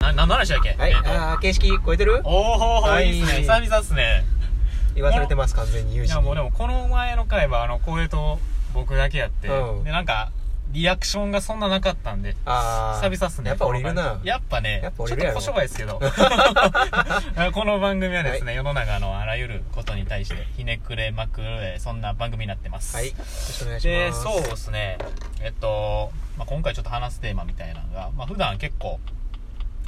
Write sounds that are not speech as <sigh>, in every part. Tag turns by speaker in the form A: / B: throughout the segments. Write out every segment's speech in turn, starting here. A: 何の話だっけ
B: はい、
A: えーと
B: あー形式超えて
A: お
B: る
A: ーほーほ
B: は
A: ー
B: い
A: いいっすね久々っすね
B: 言わされてます完全に友
A: い
B: 人
A: や
B: に
A: もうでもこの前の回はあの光栄と僕だけやって、
B: うん
A: でなんかリアクションがそんななかったんで
B: あー
A: 久々っすね
B: やっぱ降りるな
A: やっぱね
B: やっぱ降りる
A: ちょ
B: や
A: っ
B: ろ
A: と小商売ですけど
B: <laughs>
A: この番組はですね、世の中のあらゆることに対してひねくれまくるえーそんな番組になってます
B: はいよろしくお願いし
A: で
B: ます
A: そうですねえっと、まあ、今回ちょっと話すテーマみたいなのが、まあ普段結構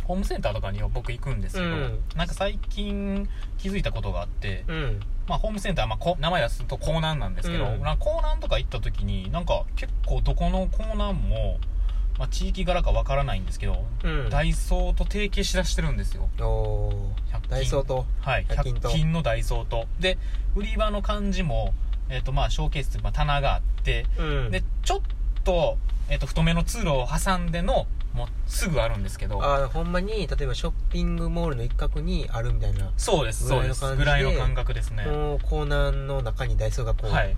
A: ホームセンターとかに僕行くんですけど、
B: うん
A: なんか最近気づいたことがあって、
B: うん
A: まあ、ホームセンター、まあこ、名前出すと港南なんですけど、
B: うん
A: なんか港南とか行った時になんか結構どこの港南も、まあ、地域柄かわからないんですけど、
B: うん
A: ダイソーと提携しだしてるんですよ
B: お
A: 100均
B: ーダイソーと
A: はい
B: 100均と
A: 100均のダイソーとで売り場の感じも、えっとまあショーケースというかまあ棚があって、
B: うん
A: <laughs> でちょっと,、えっと太めの通路を挟んでのもうすぐあるんですけど
B: あーほんまに例えばショッピングモールの一角にあるみたいな、
A: そうですそうですぐ
B: ぐら
A: らい
B: いの感じで
A: の感覚ですね、
B: もうコーナーの中にダイソーがこう、
A: はい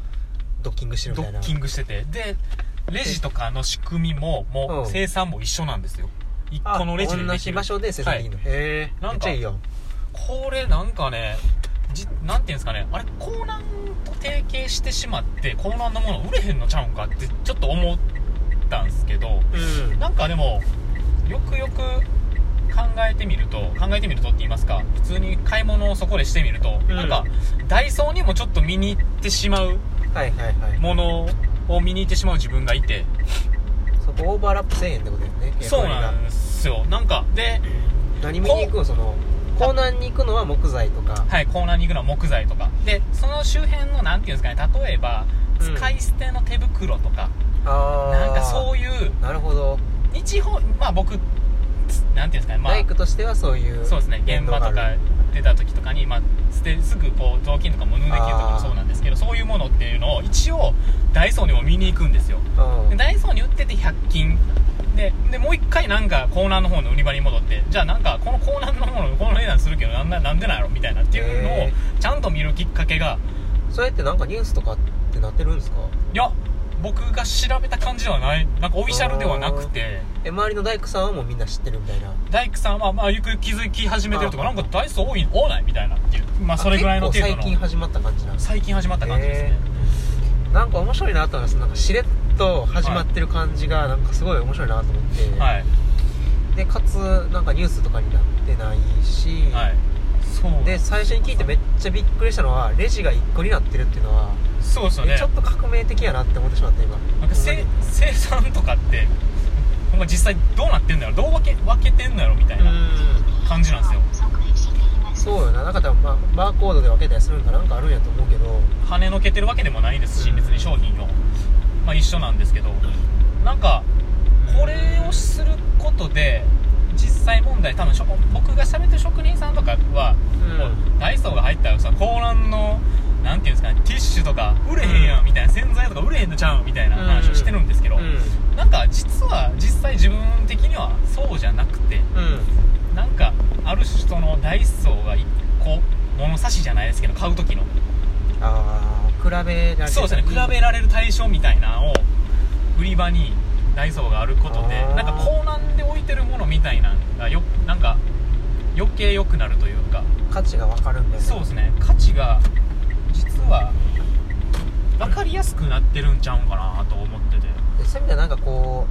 B: ドッキングしてるみ
A: ド
B: たいな
A: ッキングしててでレジとかの仕組みもも
B: うん
A: う生産も一緒なんですよ一
B: あ
A: 個のレジで
B: 同
A: でき
B: じ
A: る
B: 場所で生産できるの、へえ
A: な
B: めっ
A: ん
B: ち
A: か
B: ゃいいよ
A: これなんかねじなんていうんですかねあれ港南と提携してしまって港南のもの売れへんのちゃうんかってちょっと思ったんですけど
B: うん
A: なんかでもよくよく考えてみると考えてみるとって言いますか普通に買い物をそこでしてみると、
B: うん
A: なんかダイソーにもちょっと見に行ってしまう
B: はいはいはい
A: ものを見に行ってしまう自分がいて
B: そこオーバーラップせえへんってことだよね
A: そうな
B: 逆に
A: んですよなんかで、
B: 何見に行くのそのコーナーに行くのは木材とか
A: はい、コーナーに行くのは木材とかでその周辺のなんていうんですかね例えば
B: うん
A: 使い捨ての手袋とか、
B: あ
A: なんかそうういう
B: なるほど、
A: 日本まあ僕なんていうんですかねまあ
B: 大工としてはそういう
A: そうですね現場とか出た時とかに、まあ、捨てすぐこう雑巾とかも布できるとかもそうなんですけどそういうものっていうのを一応ダイソーにも見に行くんですよ
B: うん
A: でダイソーに売ってて100均ででもう一回なんかコーナーの方の売り場に戻ってじゃあなんかこのコーナーの方のこの値段するけどなんななんでなんやろみたいなっていうのを
B: へ
A: ちゃんと見るきっかけが
B: それってなんかニュースとかってなってるんですか
A: いや僕が調べた感じではないなんかオフィシャルではなくて
B: え周りの大工さんはもうみんな知ってるみたいな
A: 大工さんはまあゆくゆく気づき始めてるとか
B: あ
A: なんかダイソー多い多ないみたいなっていうまあそれぐらいの程度
B: 結
A: の
B: 構最近始まった感じなんです
A: 最近始まった感じですね、
B: なんか面白いなと思いますなんかしれっと始まってる感じがなんかすごい面白いなと思って、
A: はい
B: でかつなんかニュースとかになってないし、
A: はいそう
B: で最初に聞いてめっちゃびっくりしたのはレジが1個になってるっていうのは、
A: そうですよね
B: えちょっと革命的やなって思ってしまった今
A: なんかせ生産とかってほんま実際どうなってんのやろどう分け分けてんのやろみたいな
B: う
A: 感じなんですよ
B: んそうよななんか多分、まあ、バーコードで分けたりするんかなんかあるんやと思うけど
A: 跳ねのけてるわけでもないですし別に商品を、まあ、一緒なんですけどなんかこれをすることで実際問題多分しょ僕が喋ってる職人さんとかは、
B: うん
A: もうダイソーが入ったらさ高蘭のなんていうんですかねティッシュとか売れへんやんみたいな洗剤とか売れへんのちゃうんみたいな話をしてるんですけど、
B: う
A: なんか実は実際自分的にはそうじゃなくて
B: んうん
A: なんかある人のダイソーが1個物差しじゃないですけど買う時の
B: ああ比べられたり
A: そうですね比べられる対象みたいなのを売り場にダイソーがあることで
B: あー
A: なんか高難で置いてるものみたいなのがよなんか余計良くなるというか
B: 価値が分かるんだよね
A: そうですね価値が実は分かりやすくなってるんちゃうんかなと思ってて
B: でそういう意味ではなんかこ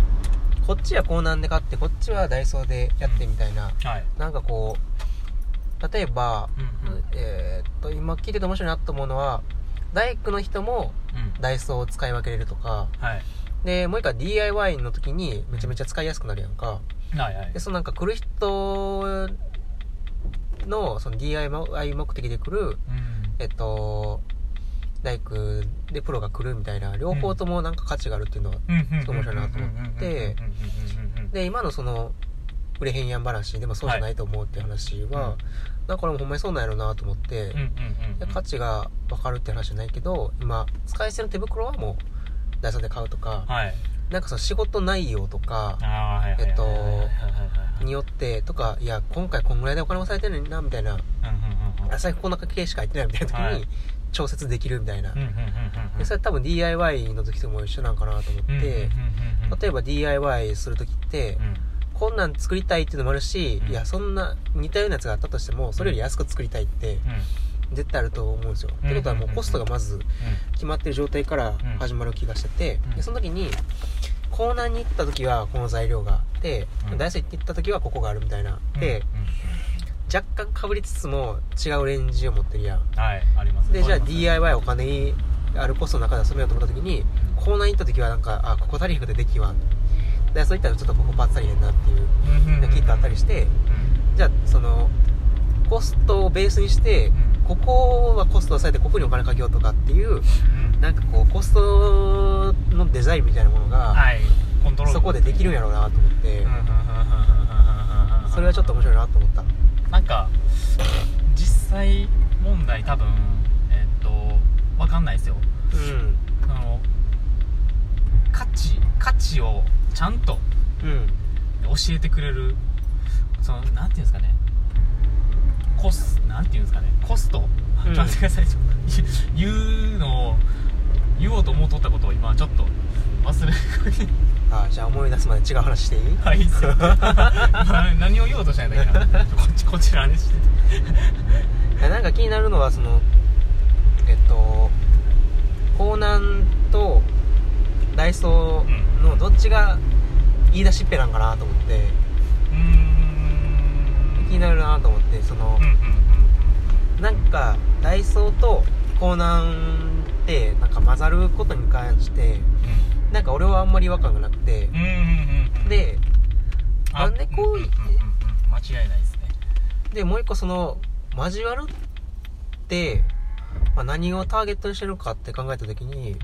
B: うこっちはこうなんで買ってこっちはダイソーでやってみたいな、
A: はい、
B: なんかこう例えば、
A: うんうん
B: えーっと今聞いてて面白いなと思うのは大工の人も
A: うん、
B: ダイソーを使い分けれるとか
A: はい
B: でもう一回 DIY の時にめちゃめちゃ使いやすくなるやんか
A: はいはい
B: でそのなんか来る人のその DIY 目的で来る
A: うん
B: えっと大工でプロが来るみたいな両方ともなんか価値があるっていうのは
A: そう
B: 面白いなと思ってで今のその売れへんやん話でもそうじゃないと思うっていう話は、
A: は
B: なんか俺もほんまにそうなんやろなと思って、で価値が分かるって話じゃないけど今使い捨ての手袋はもうダイソーで買うとか、
A: はい
B: なんかその仕事内容とか
A: あーはいはい
B: えっと
A: はいはいはい
B: によってとかいや今回こんぐらいでお金もされてるのになみたいな
A: うんうんうんうん
B: あ最後こんな経営しか入ってないみたいな時に、
A: はい
B: 調節できるみたいな、
A: うんうんうんうん
B: でそれ多分 DIY の時とも一緒なんかなと思っ
A: う
B: て、
A: んうんうんうん
B: 例えば DIY する時って、
A: うん
B: こんなん作りたいっていうのもあるし、
A: うん
B: いやそんな似たようなやつがあったとしてもそれより安く作りたいって絶対あると思うんですよ。
A: うん
B: ってことはもうコストがまず決まってる状態から始まる気がしてて、
A: うん
B: でその時にコーナーに行った時はこの材料があって、
A: うん
B: ダイソー行って行った時はここがあるみたいな、
A: うん
B: で若干かぶりつつも違うレンジを持ってるやん
A: はいあります
B: でじゃあ
A: ります
B: DIY お金にあるコストの中で遊べようと思った時にコーナーに行った時はなんかあここ足りなくてできわんでそういったらちょっとここパーツ足りへんなっていう
A: うんうんうん
B: でキットあったりして
A: うん
B: じゃあそのコストをベースにしてここはコストを抑えてここにお金かけようとかっていう
A: うん
B: なんかこうコストのデザインみたいなものが
A: はいコントロール
B: そこでできるんやろうなと思って
A: うんうんうんうんうんうんうん
B: それはちょっと面白いなと思った
A: なんか実際問題多分えっとわかんないですよ
B: うん
A: あの価値価値をちゃんと
B: うん
A: 教えてくれるそのなんていうんですかねコスなんていうんですかねコスト、
B: うん
A: ちょっと待ってくださいちょっと言うのを言おうと思うとったことを今ちょっと忘れかけ
B: あじゃあ思い出すまで違う話していい
A: たいですよ今何を言おうとしたんだっけなこっちこちらにしてて
B: いやなんか気になるのはそのえっと江南とダイソーのどっちが言い出しっぺなんかなと思って
A: うーん
B: 気になるなと思ってそ
A: う
B: の
A: んうん
B: なんかダイソーと江南ってなんか混ざることに関してなんか俺はあんまり違和感がなくて
A: うんうんうんうんうん
B: <laughs> で
A: あ
B: なんでこうい
A: んんんん間違いないですね
B: でもう一個その交わるって、まあ、何をターゲットにしてるかって考えた時に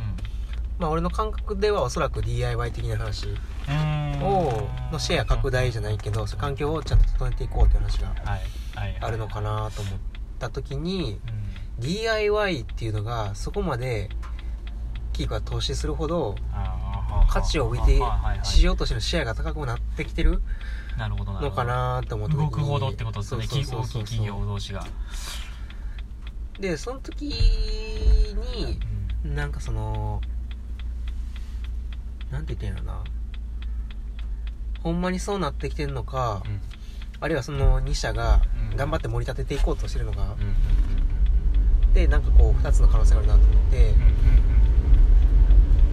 B: まあ俺の感覚ではおそらく DIY 的な話
A: うん
B: をのシェア拡大じゃないけどそう環境をちゃんと整えていこうっていう話が
A: はいはい
B: あるのかなと思った時に DIY っていうのがそこまで企業が投資するほど価値を置いて市
A: よ
B: 場としてのシェアが高くなってきてる
A: うなるほどなる
B: の
A: ほど
B: かなと思った時に
A: 動くほどってことですね
B: そうそう
A: 大き
B: そう
A: い
B: そう
A: 企業同士が
B: でその時
A: うん
B: になんかそのなんて言ってんやろなほんまにそうなってきてんのか、
A: うん
B: あるいはその2社が
A: うん
B: 頑張って盛り立てていこうとしてるのが、
A: うん
B: でなんかこう2つの可能性があるなと思って、
A: うんうん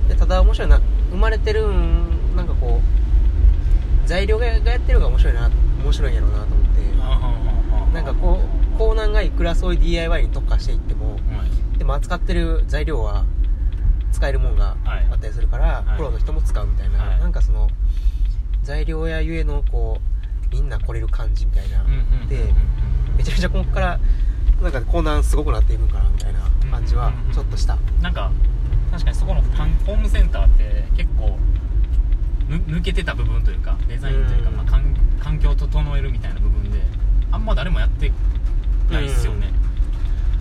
B: でただ面白いな生まれてるんなんかこう材料ががやってるのが面白いな面白いんやろうなと思って、
A: うん
B: なんかこう江南がいくらそういう DIY に特化していっても
A: はい
B: でも扱ってる材料は使えるもんが
A: はい
B: あったりするから、
A: はい
B: プロの人も使うみたいな、
A: はい
B: なんかその材料やゆえのこうみんな来れる感じみたいな、
A: うんうんうん
B: で
A: うんうん
B: めちゃめちゃここからなんかコーナーすごくなっていくんかなみたいな感じは
A: うんうんうん
B: ちょっとした、
A: なんか確かにそこのパンホームセンターって結構ぬ抜けてた部分というかデザインというか、
B: うん
A: まあ、かん環境を整えるみたいな部分であんま誰もやってないですよね、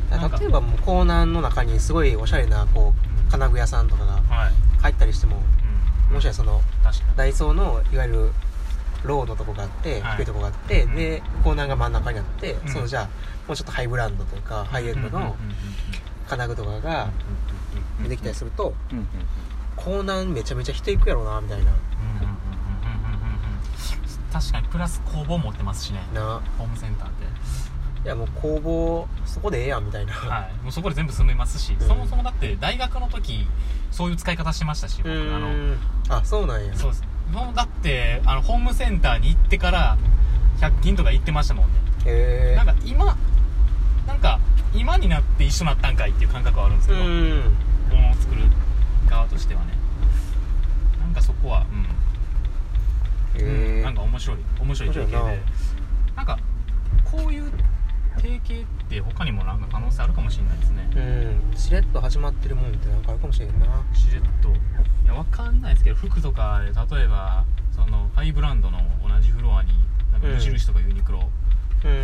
A: なんか
B: 例えばもうコーナーの中にすごいおしゃれなこう金具屋さんとかが
A: はい、
B: 入ったりしても
A: うん、
B: もしかしたらその
A: 確か
B: ダイソーのいわゆるローのとこがあって、
A: はい
B: 低いとこがあって、
A: うん
B: でコーナーが真ん中にあって、
A: うん
B: そのじゃあもうちょっとハイブランドというか、ハイエンドの金具とかが出てきたりすると、
A: うんうんうんうん
B: コーナーめちゃめちゃ人行くやろうなみたいな
A: 確かにプラス工房持ってますしね
B: な
A: ホームセンターって
B: いやもう工房そこでええやんみたいな、
A: はい、もうそこで全部住めますし、
B: うん
A: そもそもだって大学の時そういう使い方してましたし
B: う
A: 僕あの
B: ーんあそうなんや
A: そうですもうだってあのホームセンターに行ってから100均とか行ってましたもんね
B: へえ
A: なんか今なんか今になって一緒になったんかいっていう感覚はあるんです
B: う
A: けど、
B: ん
A: ものを作る側としてはねなんかそこはうん、
B: へえ
A: なんか面白い面白い提携
B: 面白い
A: でなんかこういう提携って他にもなんか可能性あるかもしれないですね
B: うんしれっと始まってるもんってなんかあるかもしれんな
A: しれっといやわかんないですけど服とかで例えばそのハイブランドの同じフロアになんか無印とかユニクロ、
B: うー
A: ユ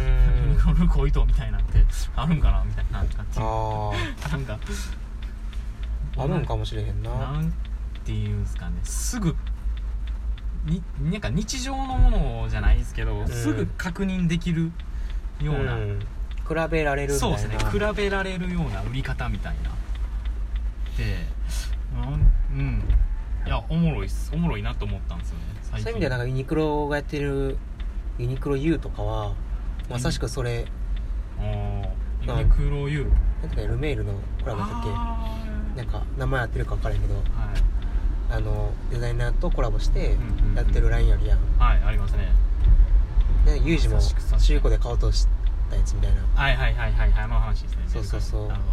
A: ニ <laughs>
B: ん
A: クロルーク置いとうみたいなってあるんかなみたいななんか
B: あ
A: なんか
B: ああるんかもしれへんな
A: なんていうんですかねすぐになんか日常のものじゃないですけど、
B: ん
A: すぐ確認できるような、
B: ん、比べられるみた
A: そ
B: いうな
A: ですね比べられるような売り方みたいなでうん、うん、いやおもろいっすおもろいなと思ったんですよね
B: そう
A: 最
B: いう
A: 近
B: 意味ではなんかユニクロがやってるユニクロ U とかはまさしくそれ、
A: あ
B: うん
A: ーユニクロ U
B: なんとかルメールのコラボだったっけ
A: あ
B: なんか名前合ってるか分からへんけど
A: ーはい
B: あのデザイナーとコラボして
A: うんうんうん
B: やってるラインあるやん、
A: はいありますね
B: ねユージも
A: まさしくさ
B: 中古で買おうとしたやつみたいなだか
A: はいはいはいはいはいまあ話ですね
B: そうそうそう
A: なるほ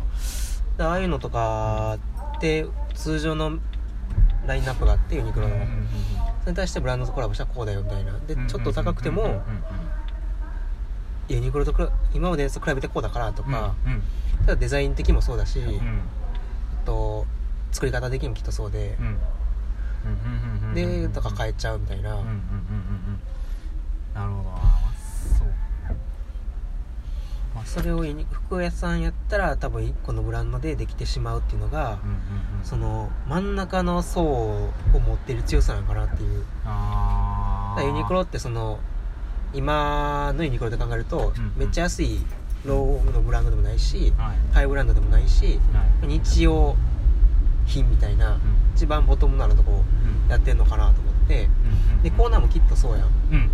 A: ど
B: らああいうのとかって通常のラインナップがあってユニクロの
A: うんうんうんうん
B: それに対してブランドとコラボしたらこうだよみたいなで
A: うんうんうんうん
B: ちょっと高くて
A: うんうんうん
B: もユニクロと比べ今までのやつと比べてこうだからと
A: うん
B: か、
A: うん
B: ただデザイン的もそうだし、
A: うんうん
B: あと作り方的にもきっとそうで
A: う、んうんうんうんうんうんうん
B: でとか変えちゃうみたいな、
A: うんうんうんうんうんなるほどなそうまあ
B: それをユニ服屋さんやったら多分1個のブランドでできてしまうっていうのが、
A: うんうんうん
B: その真ん中の層を持ってる強さなんかなっていうだ
A: ああ
B: からユニクロってその今のユニクロで考えると、
A: うんうん
B: めっちゃ安いローのブランドでもないし、
A: はい
B: ハイブランドでもないし
A: はい
B: 日用品みたいな、
A: うん
B: 一番ボトムなのとこ
A: うん
B: やってんのかなと思って
A: うんうん
B: でコーナーもきっとそうや
A: う
B: ん
A: んうん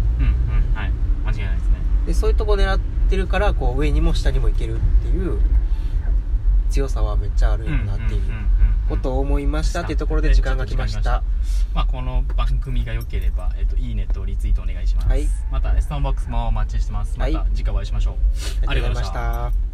A: うんはい間違いないですね
B: でそういうとこ狙ってるからこう上にも下にもいけるっていう強さはめっちゃあるんやなってい
A: んんん
B: うん
A: うん
B: ことを思いましたっていうところで時間が来ました
A: まあ、この番組が良ければ、えっと、いいねとリツイートお願いします、
B: はい
A: またねスタンバックスもお待ちしてますま
B: はい
A: た次回お会いしましょう、
B: ありがとうございました